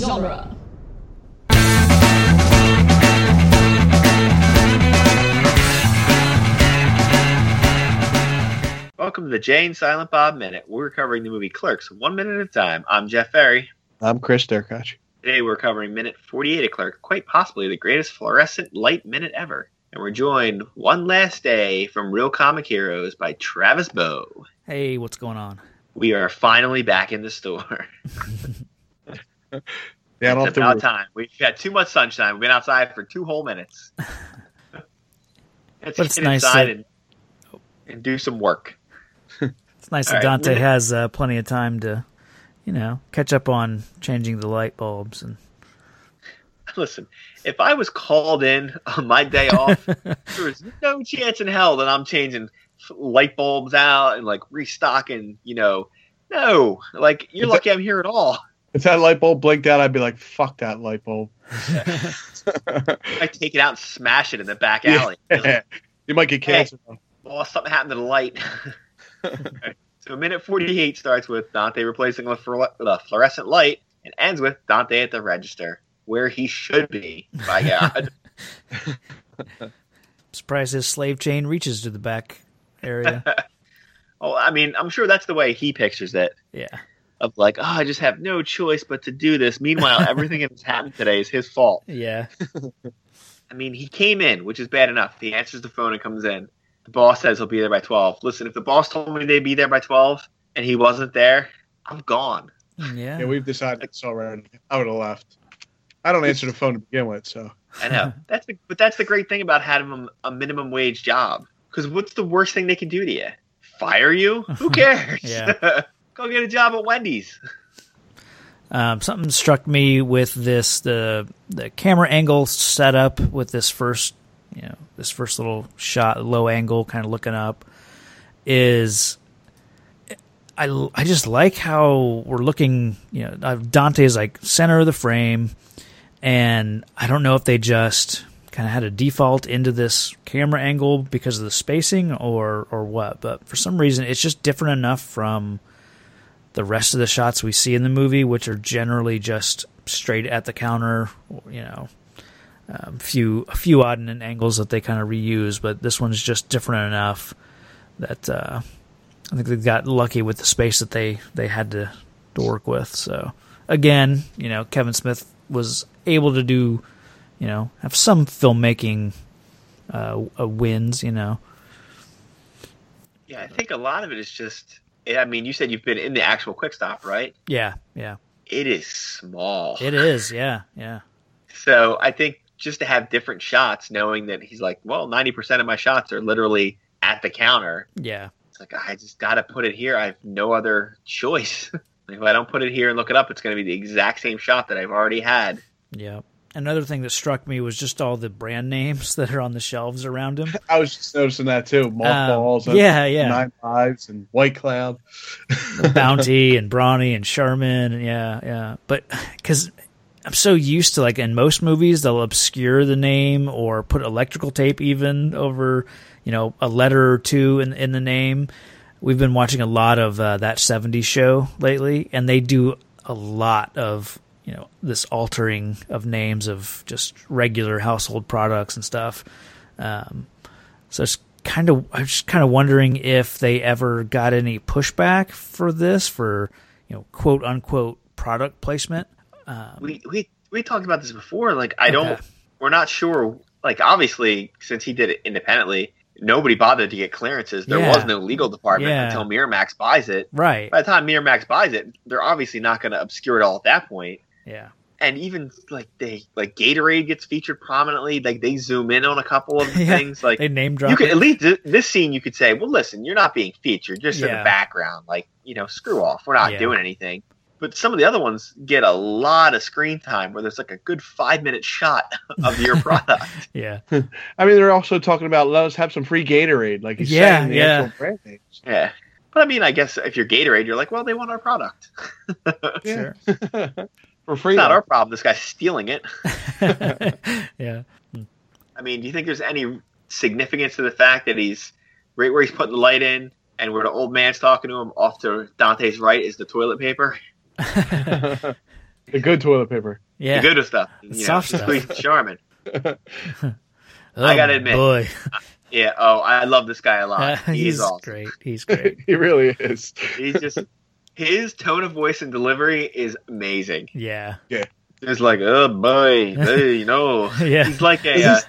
genre. Welcome to the Jane Silent Bob Minute. We're covering the movie Clerks one minute at a time. I'm Jeff Ferry. I'm Chris Derkach. Today we're covering minute 48 of Clerk, quite possibly the greatest fluorescent light minute ever. And we're joined one last day from Real Comic Heroes by Travis Bowe. Hey, what's going on? We are finally back in the store. Down off it's the about roof. time. We've had too much sunshine. We've been outside for two whole minutes. Let's But it's get nice inside that- and, and do some work. It's nice All that right, Dante we're- has uh, plenty of time to, you know, catch up on changing the light bulbs and Listen, if I was called in on my day off, there is no chance in hell that I'm changing light bulbs out and like restocking. You know, no, like you're Is lucky I'm here at all. If that light bulb blinked out, I'd be like, "Fuck that light bulb." I take it out and smash it in the back Yeah. alley. you might get cancer. though. Well, something happened to the light. so minute 48 starts with Dante replacing the, fluor- the fluorescent light and ends with Dante at the register, where he should be, by God. surprise his slave chain reaches to the back area. oh, I mean, I'm sure that's the way he pictures it, yeah. of like, oh, I just have no choice but to do this. Meanwhile, everything that's happened today is his fault. Yeah. I mean, he came in, which is bad enough. He answers the phone and comes in. The boss says he'll be there by 12. Listen, if the boss told me they'd be there by 12 and he wasn't there, I'm gone. Yeah. Yeah, we've decided it's all right. I would have left. I don't answer the phone to begin with, so I know. That's the, but that's the great thing about having a, a minimum wage job. Because what's the worst thing they can do to you? Fire you? Who cares? Yeah. Go get a job at Wendy's. Um, something struck me with this the the camera angle setup with this first you know this first little shot low angle kind of looking up is I, I just like how we're looking you know I've- Dante's like center of the frame and I don't know if they just kind of had a default into this camera angle because of the spacing or or what but for some reason it's just different enough from the rest of the shots we see in the movie, which are generally just straight at the counter, you know, um, few a few odd and angles that they kind of reuse, but this one's just different enough that uh, I think they got lucky with the space that they they had to to work with. So again, you know, Kevin Smith was able to do, you know, have some filmmaking uh, uh, wins, you know. Yeah, I think a lot of it is just. I mean, you said you've been in the actual Quick Stop, right? Yeah, yeah, It is small. it is. Yeah, yeah. So I think just to have different shots, knowing that he's like, well, 90% of my shots are literally at the counter. Yeah, It's like, I just got to put it here. I have no other choice. if I don't put it here and look it up, it's going to be the exact same shot that I've already had. Yeah. Another thing that struck me was just all the brand names that are on the shelves around him. I was just noticing that too. Mothballs, Um, yeah, yeah. Nine Lives, and White Cloud. Bounty and Brawny and Sherman. And yeah, yeah. But because I'm so used to, like, in most movies, they'll obscure the name or put electrical tape even over, you know, a letter or two in, in the name. We've been watching a lot of uh, that 70s show lately, and they do a lot of, you know, this altering of names of just regular household products and stuff. Um, So it's kind of I'm just kind of wondering if they ever got any pushback for this for you know quote unquote product placement. We we we talked about this before. Like I don't. Um, Okay. We're not sure. Like obviously, since he did it independently, nobody bothered to get clearances. There Yeah. was no legal department Yeah. until Miramax buys it. Right. By the time Miramax buys it, they're obviously not going to obscure it all at that point. Yeah. And even like they like Gatorade gets featured prominently. Like they zoom in on a couple of Yeah. things. Like They name you drop. could it. at least th- this scene you could say well listen you're not being featured just in the Yeah. background like you know screw off we're not Yeah. doing anything but some of the other ones get a lot of screen time where there's like a good five minute shot of your product Yeah. I mean, they're also talking about let us have some free Gatorade. Like he's Yeah, saying the yeah. actual brand names. yeah but i mean i guess if you're gatorade you're like well they want our product Sure. for free. it's not though. our problem this guy's stealing it yeah. i mean do you think there's any significance to the fact that he's right where he's putting the light in and where the old man's talking to him off to dante's right is the toilet paper The good toilet paper. Yeah. The good stuff. You know, Soft she's stuff. squeezing Charmin. Oh, I gotta admit, boy, Yeah. Oh, I love this guy a lot. he's, He's awesome. great. He's great. he really is. He's just his tone of voice and delivery is amazing. Yeah, It's like, oh boy, hey, you know, yeah. he's like a Is uh,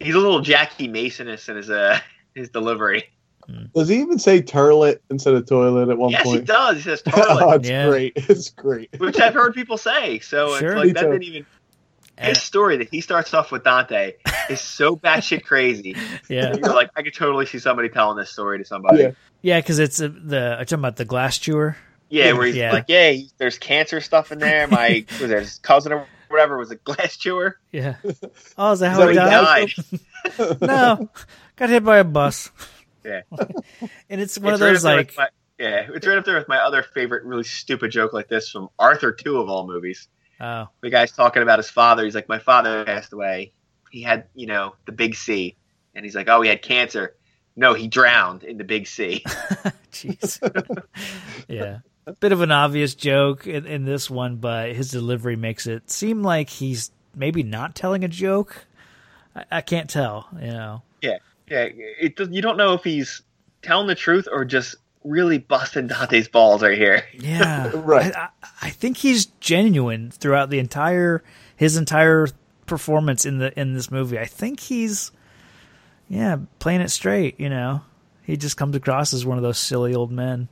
he's a little Jackie Masonist in his uh, his delivery. Does he even say turlet instead of toilet at one yes, he point? does. He says oh, toilet, it's Yeah. great. It's great. which I've heard people say. So Sure. it's like Me that too. didn't even Eh, his story that he starts off with Dante is so batshit crazy. yeah, You're like, I could totally see somebody telling this story to somebody. Yeah. Yeah, yeah. Because it's uh, the I'm talking about the glass chewer. where he's Yeah. like, yeah, there's cancer stuff in there. My was that his cousin or whatever was a glass chewer. Yeah. Oh, is that Is that how he what he died? Died. No, got hit by a bus. Yeah. and it's one It's of right those up there like with my- yeah, it's right up there with my other favorite really stupid joke like this from Arthur Two of all movies. oh the guy's talking about his father. He's like, my father passed away. He had, you know, the big C, and he's like, oh, he had cancer. No, he drowned in the big C. jeez. yeah. A bit of an obvious joke in, in this one, but his delivery makes it seem like he's maybe not telling a joke. I, I can't tell, you know. yeah, it does, you don't know if he's telling the truth or just really busting Dante's balls right here. Yeah, Right. I, I, I think he's genuine throughout the entire his entire performance in the in this movie. I think he's yeah playing it straight. You know, he just comes across as one of those silly old men,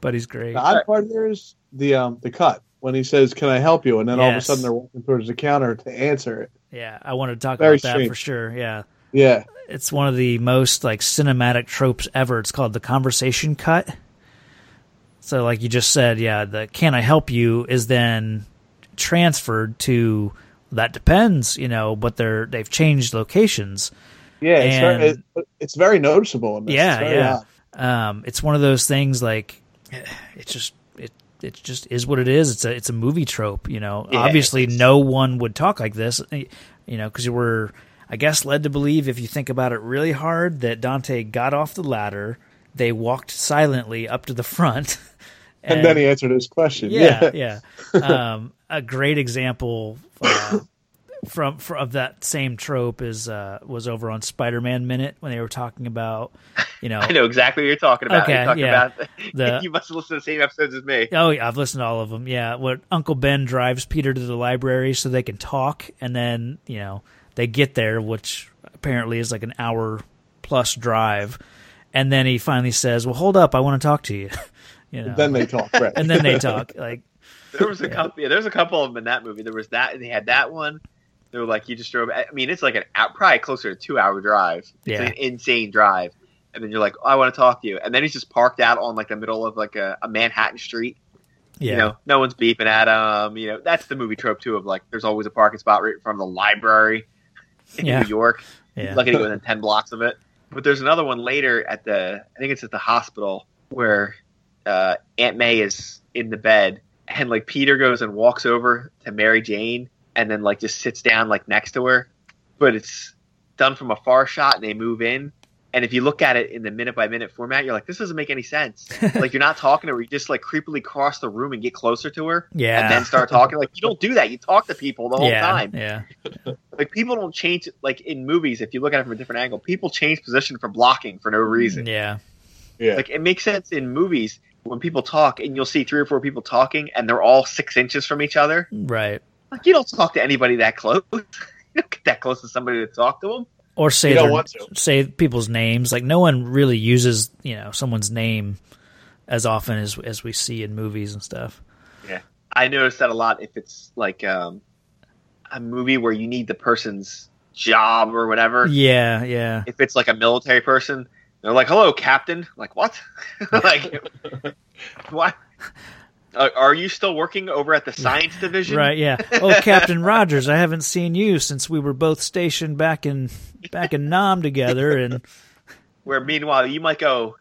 but he's great. The odd part there is the um the cut when he says, "Can I help you?" and then all of a Yes. sudden they're walking towards the counter to answer it. Yeah, I wanted to talk Very about that strange. for sure. Yeah, Yeah, it's one of the most like cinematic tropes ever. It's called the conversation cut. So like you just said, yeah, the can I help you is then transferred to that depends, you know, but they're they've changed locations. yeah. It's, very, And- it- it's very noticeable. In this. Yeah, It's very yeah. odd. Um it's one of those things like it just it it just is what it is. It's a it's a movie trope, you know. Yeah, Obviously it's- no one would talk like this, eh, you know, cuz you were I guess led to believe if you think about it really hard that Dante got off the ladder, they walked silently up to the front. And, then he answered his question. yeah Yeah, yeah, um, a great example uh, from, from of that same trope is uh, was over on spider-man minute when they were talking about you know I know exactly what you're talking about. Okay, you're talking yeah. about The- you must listen to the same episodes as me. oh yeah i've listened to all of them yeah what uncle ben drives peter to the library so they can talk and then you know they get there which apparently is like an hour plus drive and then he finally says well hold up i want to talk to you you know Then they talk. Right. and then they talk like There was a couple. Yeah, there's a couple of them in that movie. There was that, and they had that one. They were like, you just drove. I mean, it's like an out, probably closer to two hour drive. It's Yeah. an insane drive. And then you're like, "Oh, I want to talk to you. And then he's just parked out on like the middle of like a, a Manhattan street. yeah You know, no one's beeping at him. You know, that's the movie trope too of like, there's always a parking spot right in front of the library in Yeah. New York. yeah Lucky to go within ten blocks of it. But there's another one later at the I think it's at the hospital where uh, Aunt May is in the bed and like Peter goes and walks over to Mary Jane and then like just sits down like next to her. But it's done from a far shot and they move in. And if you look at it in the minute by minute format, you're like, this doesn't make any sense. like you're not talking to her, you just like creepily cross the room and get closer to her yeah and then start talking. Like you don't do that. You talk to people the whole yeah, time yeah like people don't change like in movies if you look at it from a different angle people change position for blocking for no reason Yeah, yeah. like it makes sense in movies when people talk and you'll see three or four people talking and they're all six inches from each other right. like you don't talk to anybody that close you don't get that close to somebody to talk to them Or say You don't their- want to. say people's names. Like no one really uses you know someone's name as often as as we see in movies and stuff. i notice that a lot if it's like um, a movie where you need the person's job or whatever Yeah, yeah, if it's like a military person they're like hello captain like what like what Uh, are you still working over at the science division right. Yeah. Oh, Captain Rogers, I haven't seen you since we were both stationed back in back in Nam together, and where meanwhile you might go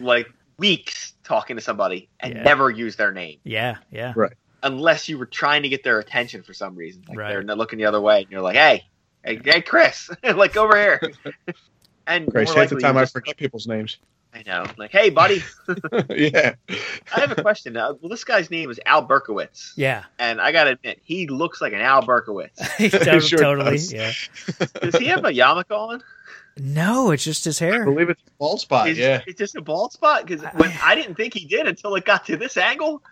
like weeks talking to somebody and Yeah. never use their name yeah, yeah, unless you were trying to get their attention for some reason like Right. they're not looking the other way and you're like hey hey, hey chris like over here and Grace, more half likely the time you I just- forget people's names. I know. Like, hey, buddy, yeah. I have a question. Uh, well, this guy's name is Al Berkowitz, Yeah, and I gotta admit, he looks like an Al Berkowitz. He does- sure totally. does. Yeah. Does he have a yarmulke on? No, it's just his I hair. believe it's a bald spot. Is, Uh, yeah. is this a bald spot? Uh, Because I didn't think he did until it got to this angle,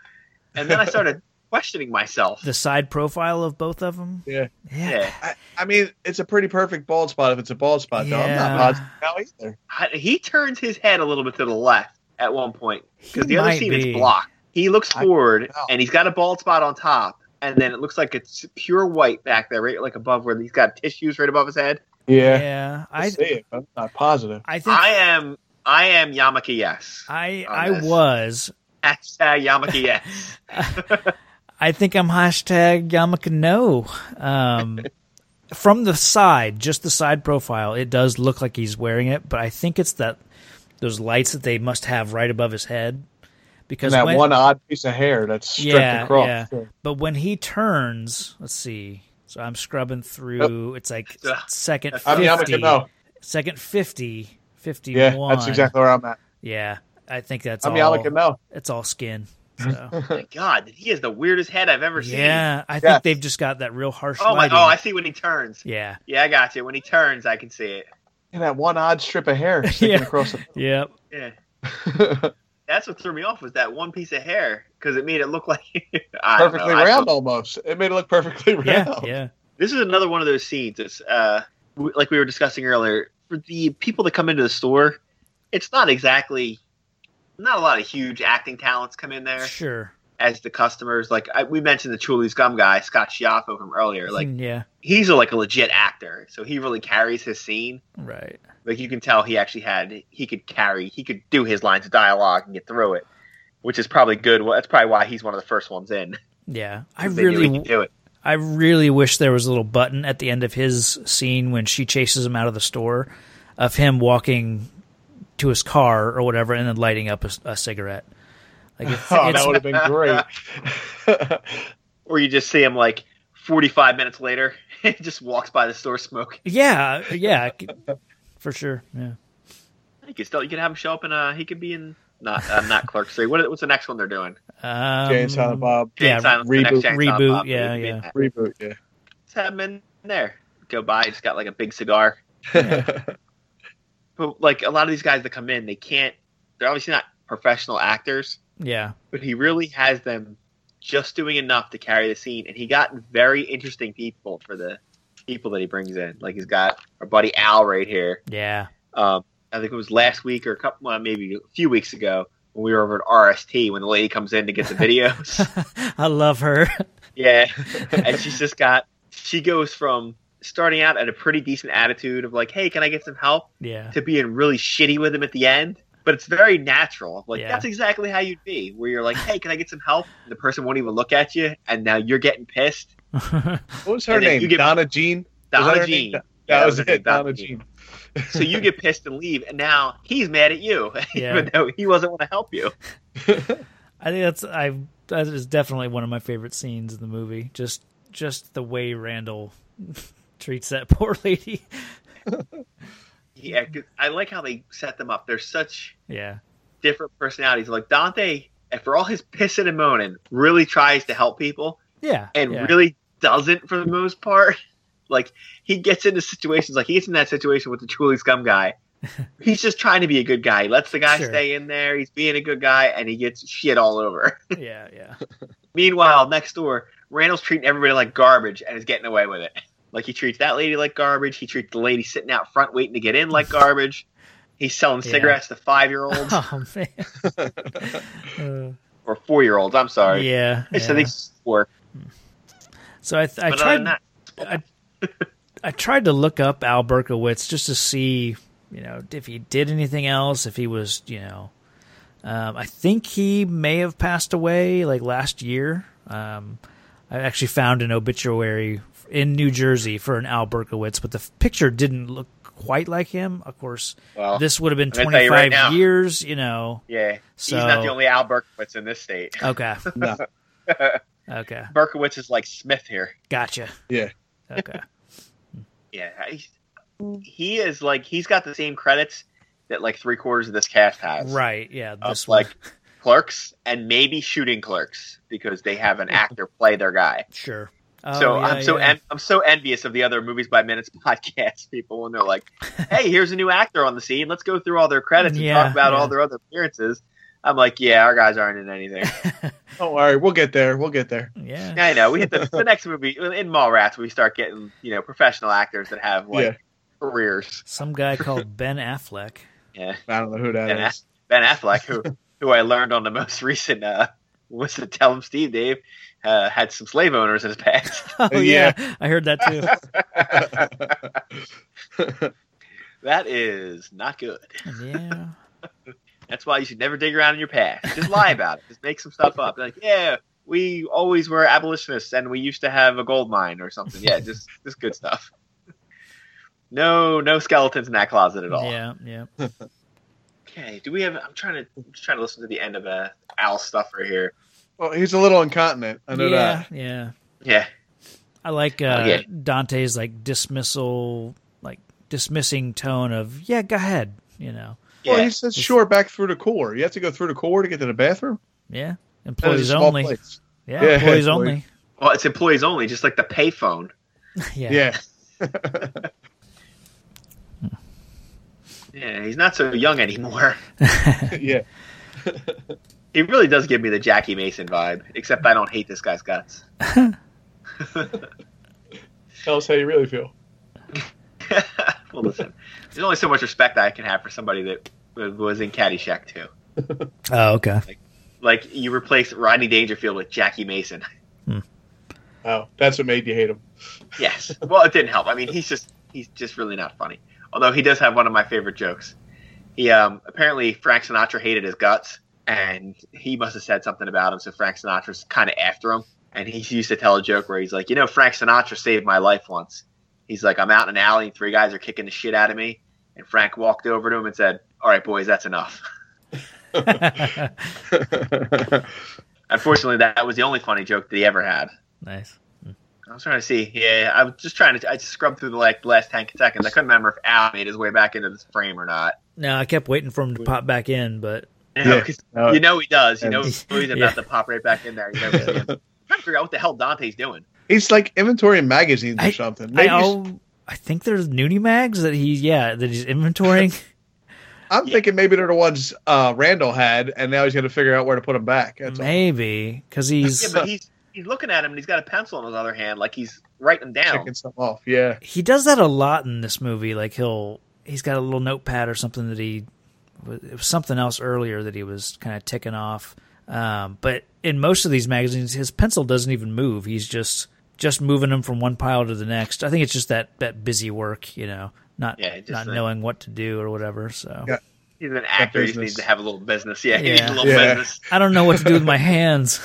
and then I started questioning myself. The side profile of both of them. Yeah. Yeah. Yeah, I, I mean, it's a pretty perfect bald spot if it's a bald spot. though. I'm Yeah. not positive now either. I, he turns his head a little bit to the left at one point He because the other might scene be. is blocked. He looks I- forward wow. and he's got a bald spot on top, and then it looks like it's pure white back there, right like above where he's got tissues right above his head. Yeah. Yeah. I I see it. but I'm not positive. I think I am, I am Yamaki. Yes, I on I this. was. hashtag Yamaki. Yes. I think I'm hashtag Yamaka no. Um, from the side, just the side profile, it does look like he's wearing it, but I think it's that those lights that they must have right above his head because And that when- one odd piece of hair that's stripped Yeah, across. yeah. Sure. But when he turns, let's see. So I'm scrubbing through. It's like Ugh. second. 50, I mean, Oh. I'm gonna know. Second 50, 51. Yeah, that's exactly where I'm at. Yeah, I think that's I mean, all. I'm gonna know. It's all skin. So. my God, he has the weirdest head I've ever seen. yeah, I Yeah. think they've just got that real harsh. Oh my! lighting. Oh, I see when he turns. Yeah. Yeah, I got you. When he turns, I can see it. And that one odd strip of hair sticking Yeah. across. The- Yep. Yeah, that's what threw me off was that one piece of hair because it made it look like I don't know. perfectly I round thought- almost. It made it look perfectly round. Yeah. Yeah. This is another one of those scenes. It's uh, w- like we were discussing earlier. For the people that come into the store, it's not exactly not a lot of huge acting talents come in there Sure. as the customers. Like I, we mentioned, the Chuli's gum guy, Scott Schiaffo from earlier. Like Mm, yeah. he's a, like a legit actor, so he really carries his scene. Right. like you can tell he actually had he could carry he could do his lines of dialogue and get through it which is probably good well, that's probably why he's one of the first ones in Yeah. I 'cause they knew he really, could do it I really wish there was a little button at the end of his scene when she chases him out of the store, of him walking to his car or whatever, and then lighting up a, a cigarette. Like it's, Oh, it's- that would have been great. or you just see him like 45 minutes later he just walks by the store smoking yeah, yeah, I could- for sure. Yeah, you could still you could have him show up and uh he could be in not uh, not clerk three what, what's the next one they're doing um, Jay and Silent Bob Jay and Yeah, Silent's the next reboot- Jay and Silent reboot, Bob yeah, movie. yeah. reboot. Yeah. just have him in there go by just got like a big cigar but like a lot of these guys that come in they can't they're obviously not professional actors yeah, but he really has them just doing enough to carry the scene. And he got very interesting people for the people that he brings in. Like he's got our buddy Al right here. yeah, Um, I think it was last week or a couple, well, maybe a few weeks ago when we were over at RST when the lady comes in to get the videos. I love her. yeah, and she's just got she goes from starting out at a pretty decent attitude of like, "Hey, can I get some help?" Yeah, to being really shitty with him at the end. But it's very natural. Like Yeah. that's exactly how you'd be, where you're like, "Hey, can I get some help?" And the person won't even look at you, and now you're getting pissed. What was her And then name? you get- Donna Jean. Was that Donna her Jean. name? That, Yeah, that was was, her name, it. Donna Donna Jean. Jean. So you get pissed and leave, and now he's mad at you, Yeah. even though he wasn't going to help you. I think that's I that is definitely one of my favorite scenes in the movie. Just just the way Randall treats that poor lady. Yeah, 'cause I like how they set them up. They're such Yeah, different personalities. Like Dante, and for all his pissing and moaning, really tries to help people. yeah, and yeah. really doesn't for the most part. Like he gets into situations, like he gets in that situation with the truly scum guy. He's just trying to be a good guy. He lets the guy Sure. stay in there. He's being a good guy, and he gets shit all over. yeah, yeah. Meanwhile, next door, Randall's treating everybody like garbage and is getting away with it. Like he treats that lady like garbage. He treats the lady sitting out front waiting to get in like garbage. He's selling Yeah. cigarettes to five year olds Oh man. or four year olds. I'm Uh, sorry. yeah. So yeah. they work. So I, th- I But other than tried. that, I, I tried to look up Al Berkowitz just to see, you know, if he did anything else. If he was, you know, um, I think he may have passed away like last year. Um, I actually found an obituary in New Jersey for an Al Berkowitz, but the f- picture didn't look quite like him. Of course, well, this would have been Oh, I'm gonna tell twenty you right now. five years. You know, yeah, he's So- not the only Al Berkowitz in this state. okay, No. okay, Berkowitz is like Smith here. gotcha. Yeah. Okay. Yeah, I- he is like he's got the same credits that like three quarters of this cast has. Right. Yeah. Of, This like one. clerks and maybe shooting clerks because they have an actor play their guy. Sure. Oh, so yeah, I'm so yeah. en- I'm so envious of the other movies by minutes podcast people when they're like, "Hey, here's a new actor on the scene. Let's go through all their credits and Yeah, talk about yeah. all their other appearances." I'm like, "Yeah, our guys aren't in anything." Don't worry, we'll get there. We'll get there. yeah. I know. We hit the, the next movie in Mallrats. We start getting you know professional actors that have like Yeah. careers. Some guy called Ben Affleck. Yeah, I don't know who that Ben, is. Aff- ben Affleck, who who I learned on the most recent uh, what's the Tell Him Steve Dave uh, had some slave owners in his past. Oh yeah. Yeah. I heard that too. that is not good. yeah. That's why you should never dig around in your past. Just lie about it. Just make some stuff up. Like, yeah, we always were abolitionists and we used to have a gold mine or something. Yeah, just just good stuff. No, no skeletons in that closet at all. Yeah. Yeah. Okay. Do we have? I'm trying to I'm just trying to listen to the end of uh, Al Stuffer here. well, he's a little incontinent. I know yeah. that. Yeah. Yeah. I like uh, Okay. Dante's like dismissal, like dismissing tone of "Yeah, go ahead," you know. Yeah. Well, he says sure back through the core. You have to go through the core to get to the bathroom. Yeah, That is a employees small only. place. Yeah, Yeah, employees. employees only. well, it's employees only, just like the payphone. Yeah. Yeah. Yeah, he's not so young anymore. Yeah. He really does give me the Jackie Mason vibe, except I don't hate this guy's guts. Tell us how you really feel. well, listen, there's only so much respect I can have for somebody that w- was in Caddyshack too. Oh, okay. Like you replace Rodney Dangerfield with Jackie Mason. Oh, that's what made you hate him. Yes. Well, it didn't help. I mean, he's just he's just really not funny. Although he does have one of my favorite jokes. He um, apparently Frank Sinatra hated his guts, and he must have said something about him. So Frank Sinatra's kind of after him, and he used to tell a joke where he's like, you know, Frank Sinatra saved my life once. He's like, I'm out in an alley, and three guys are kicking the shit out of me, and Frank walked over to him and said, "All right, boys, that's enough." Unfortunately, that was the only funny joke that he ever had. nice. I was trying to see. Yeah, I was just trying to. I just scrubbed through the like last ten seconds. I couldn't remember if Al made his way back into this frame or not. No, I kept waiting for him to pop back in, but You know, Yeah. 'cause No. you know he does. You know he's Uh, Yeah. about to pop right back in there. You never see him. I'm trying to figure out what the hell Dante's doing. He's like inventorying magazines or I- something. I, Maybe he's- oh, I think there's nudie mags that he yeah that he's inventorying. I'm thinking maybe they're the ones uh, Randall had, and now he's going to figure out where to put them back. That's all. Maybe because Yeah, he's but he's he's looking at him and he's got a pencil in his other hand, like he's writing them down. Checking stuff off. Yeah. he does that a lot in this movie. Like he'll he's got a little notepad or something that he it was something else earlier that he was kind of ticking off. Um, but in most of these magazines, his pencil doesn't even move. He's just just moving them from one pile to the next. I think it's just that that busy work, you know, not Yeah, just not like- knowing what to do or whatever. So Yeah. He's an actor. He just business. needs to have a little business. Yeah, he Yeah. needs a little Yeah. business. I don't know what to do with my hands.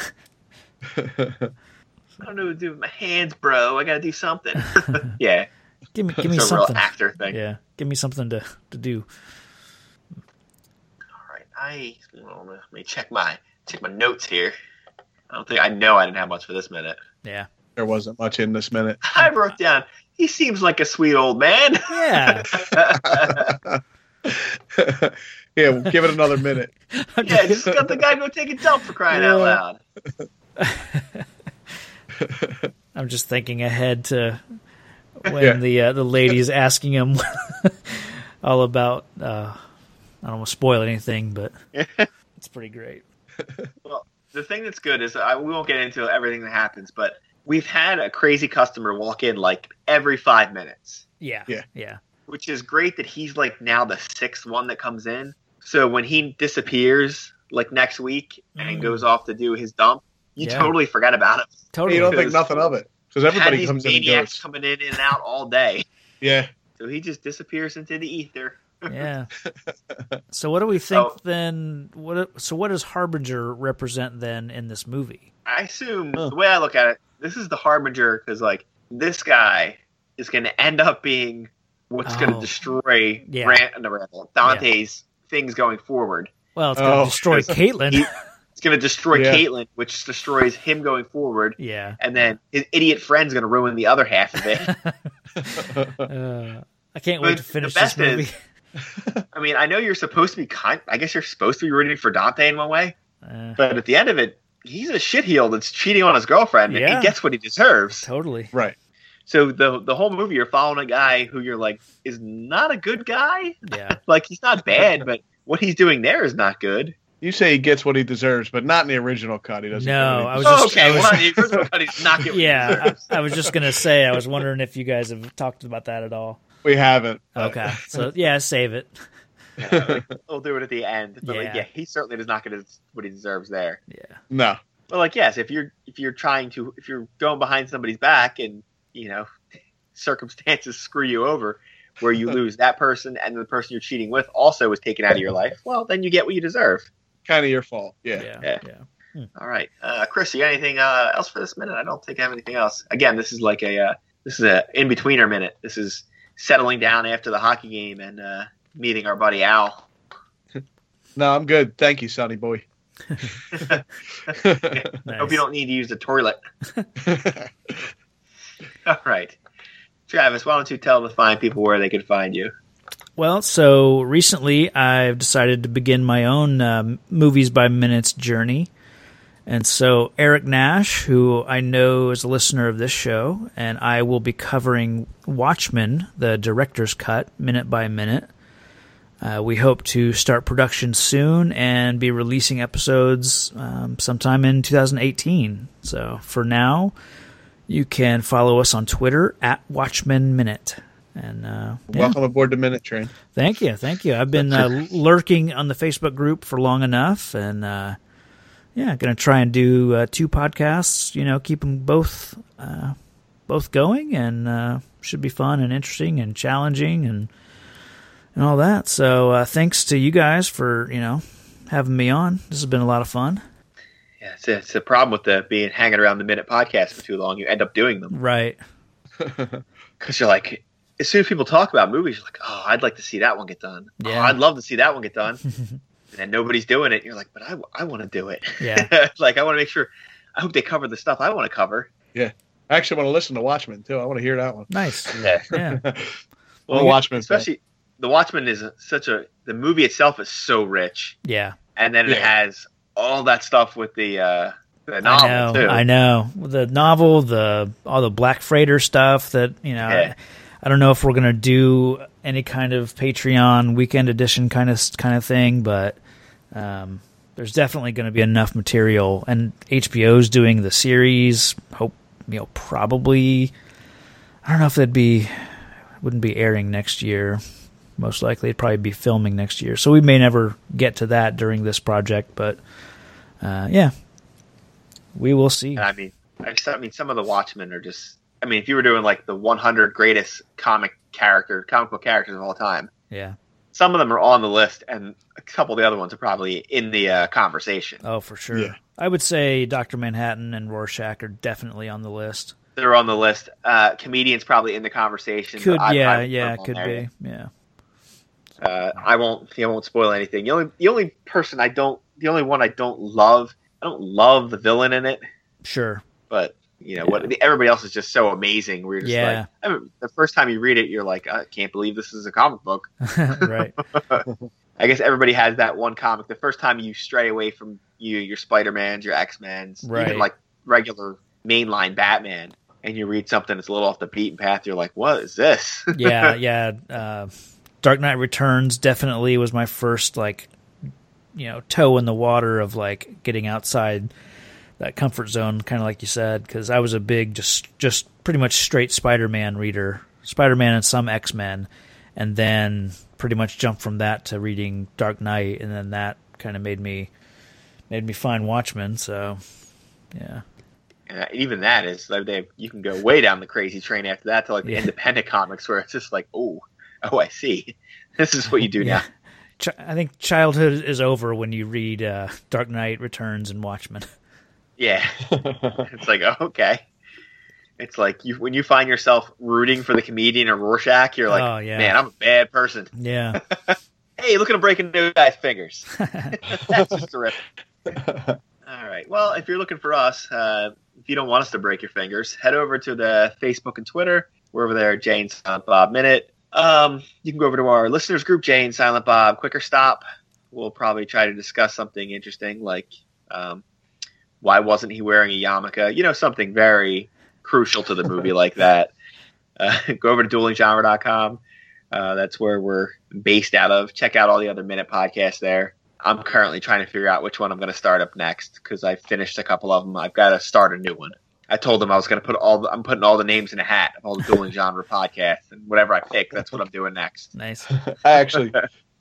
I don't know what to do with my hands, bro. I got to do something. yeah, give me give me it's a real something. actor thing. Yeah, give me something to to do. All right, I well, let me check my check my notes here. I don't think I know I didn't have much for this minute. Yeah, There wasn't much in this minute. I wrote down. He seems like a sweet old man. yeah. yeah, we'll give it another minute. yeah, just got the guy to go take a dump for crying out Yeah. loud. I'm just thinking ahead to when Yeah. the uh, the lady's asking him all about. Uh, I don't want to spoil anything, but it's pretty great. The thing that's good is I, we won't get into everything that happens, but we've had a crazy customer walk in like every five minutes, Yeah, Yeah. yeah, which is great that he's like now the sixth one that comes in. So when he disappears like next week Mm. and goes off to do his dump, you Yeah. totally forget about him. totally. You don't think nothing of it because Had everybody these comes in and maniacs goes. coming in and out all day. Yeah. So he just disappears into the ether. yeah. So what do we think So- then? What so what does Harbinger represent then in this movie? I assume Huh. the way I look at it, this is the harbinger because like this guy is going to end up being what's going Oh. to destroy Yeah. Rand, no, Randall, Dante's things going forward. Well, it's going to Oh, destroy yes. Caitlin. He- It's going to destroy Yeah. Caitlyn, which destroys him going forward, yeah. and then his idiot friend's going to ruin the other half of it. Uh, I can't wait But to finish the this best is- movie. I mean, I know you're supposed to be kind. I guess you're supposed to be rooting for Dante in one way, Uh, but at the end of it, he's a shitheel that's cheating on his girlfriend, and Yeah. he gets what he deserves. totally. Right. So the the whole movie, you're following a guy who you're like is not a good guy. Yeah. Like he's not bad, but what he's doing there is not good. You say he gets what he deserves, but not in the original cut. He doesn't. No, get what I he was deserves. Oh, just- okay, was- well, the original cut, he's not getting what he Yeah. deserves. I, I was just gonna say. I was wondering if you guys have talked about that at all. we haven't. Uh, but- Okay. So yeah, save it. We'll do it at the end. But like, Yeah. yeah, he certainly does not get his, what he deserves there. Yeah. No. Well, like yes, if you're if you're trying to if you're going behind somebody's back and you know circumstances screw you over, where you lose that person and the person you're cheating with also is taken out of your life, well then you get what you deserve. Kind of your fault. Yeah. Yeah. Yeah. Yeah. All right, uh, Chris, you got anything uh, else for this minute? I don't think I have anything else. Again, this is like a uh, this is a in betweener minute. This is settling down after the hockey game and uh, meeting our buddy Al. No, I'm good. Thank you, Sonny boy. Nice. Hope you don't need to use the toilet. All right, Travis, why don't you tell the fine people where they can find you? Well, so recently I've decided to begin my own um, movies by minutes journey. And so Eric Nash, who I know is a listener of this show, and I will be covering Watchmen, the director's cut, minute by minute. Uh, we hope to start production soon and be releasing episodes um, sometime in 2018. So for now, you can follow us on Twitter at Watchmen Minute. And uh, yeah. Welcome aboard the Minute Train. Thank you, thank you. I've been uh, lurking on the Facebook group for long enough, and uh, yeah, going to try and do uh, two podcasts. You know, keep them both uh, both going, and uh, should be fun and interesting and challenging and and all that. So uh, thanks to you guys for you know having me on. This has been a lot of fun. Yeah, it's a, it's a problem with the being hanging around the minute podcast for too long. You end up doing them Right. because you're like, as soon as people talk about movies, you're like, oh, I'd like to see that one get done. Yeah. Oh, I'd love to see that one get done. and then nobody's doing it. You're like, but I, I want to do it. Yeah. like I want to make sure. I hope they cover the stuff I want to cover. I actually want to listen to Watchmen too. I want to hear that one. Nice. Yeah. Yeah. yeah, Well, Watchmen, especially the Watchmen is such a the movie itself is so rich, Yeah. and then it Yeah. has all that stuff with the uh, the novel I know. too. I know the novel, the all the Black Freighter stuff that you know. Yeah. I, I don't know if we're gonna do any kind of Patreon weekend edition kind of kind of thing, but um, there's definitely going to be enough material. And HBO's doing the series. Hope you know probably. I don't know if that'd be wouldn't be airing next year. Most likely, it'd probably be filming next year. So we may never get to that during this project, but uh, yeah, we will see. And I mean, I, just, I mean, some of the Watchmen are just. I mean, if you were doing like the 100 greatest comic character, comic book characters of all time, Yeah. some of them are on the list, and a couple of the other ones are probably in the uh, conversation. Oh, for sure. Yeah. I would say Doctor Manhattan and Rorschach are definitely on the list. They're on the list. Uh, comedians probably in the conversation. Could but I- yeah, I would yeah, put them on could there. be yeah. Uh, I won't. I won't spoil anything. The only the only person I don't, the only one I don't love, I don't love the villain in it, Sure. but you know what? Everybody else is just so amazing. We're just Yeah. like, I mean, the first time you read it, you're like, I can't believe this is a comic book. right. I guess everybody has that one comic. The first time you stray away from you, your Spider Man's, your X Men's, Right. even like regular mainline Batman, and you read something that's a little off the beaten path, you're like, "What is this?" yeah, yeah. Uh, Dark Knight Returns definitely was my first like, you know, toe in the water of like getting outside that comfort zone, kind of like you said, because I was a big just just pretty much straight Spider Man reader, Spider Man and some X Men, and then pretty much jumped from that to reading Dark Knight, and then that kind of made me made me find Watchmen. So, yeah. and even that is like they you can go way down the crazy train after that to like the Yeah. independent comics where it's just like, "Oh, oh, I see. This is what you do Yeah. now." Ch- I think childhood is over when you read uh, Dark Knight Returns and Watchmen. Yeah, it's like, "Oh, okay." It's like you when you find yourself rooting for the comedian or Rorschach, you're like, Oh, yeah. "Man, I'm a bad person." Yeah. hey, look at him breaking new guy's fingers. That's just terrific. All right. Well, if you're looking for us, uh, if you don't want us to break your fingers, head over to the Facebook and Twitter. We're over there, Jane's Bob Minute. Um, you can go over to our listeners group, Jane, Silent Bob, Quicker Stop. We'll probably try to discuss something interesting, like um, why wasn't he wearing a yarmulke? You know, something very crucial to the movie like that. Uh, go over to duelinggenre.com. Uh, that's where we're based out of. Check out all the other minute podcasts there. I'm currently trying to figure out which one I'm going to start up next because I finished a couple of them. I've got to start a new one. I told them I was going to put all. The, I'm putting all the names in a hat of all the dueling genre podcasts and whatever I pick. That's what I'm doing next. Nice. I actually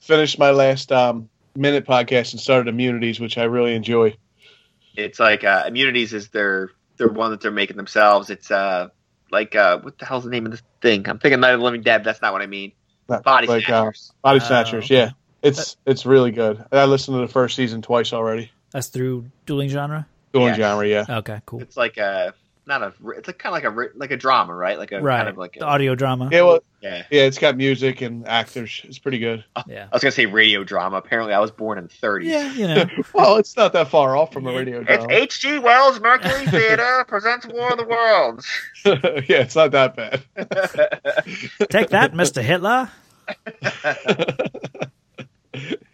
finished my last um, minute podcast and started Immunities, which I really enjoy. It's like uh, immunities is their their one that they're making themselves. It's uh like uh what the hell's the name of the thing? I'm thinking Night of the Living Dead. but That's not what I mean. Not Body like, uh, snatchers. Body Oh. Snatchers, yeah. It's it's really good. I listened to the first season twice already. That's through dueling genre. Doing Yes. genre, yeah. Okay, cool. It's like a not a. It's like kind of like a ri- like a drama, right? Like a right, kind of like the a, audio drama. Yeah, well, yeah. yeah, it's got music and actors. It's pretty good. yeah, I was gonna say radio drama. Apparently, I was born in the 30s. yeah. You know, Well, it's not that far off from the radio It's drama. H.G. Wells Mercury Theater presents War of the Worlds. yeah, it's not that bad. take that, Mister Hitler.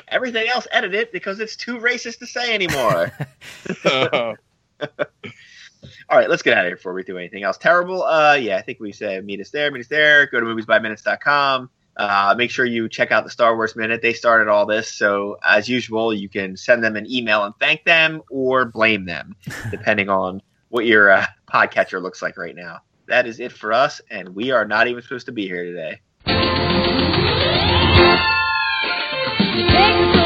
Everything else edit it because it's too racist to say anymore. Um, All right, let's get out of here before we do anything else terrible. Uh, yeah, I think we said meet us there, meet us there. Go to moviesbyminutes.com. Uh, make sure you check out the Star Wars Minute. They started all this, so as usual, you can send them an email and thank them or blame them, depending on what your uh, podcatcher looks like right now. That is it for us, and we are not even supposed to be here today. Take a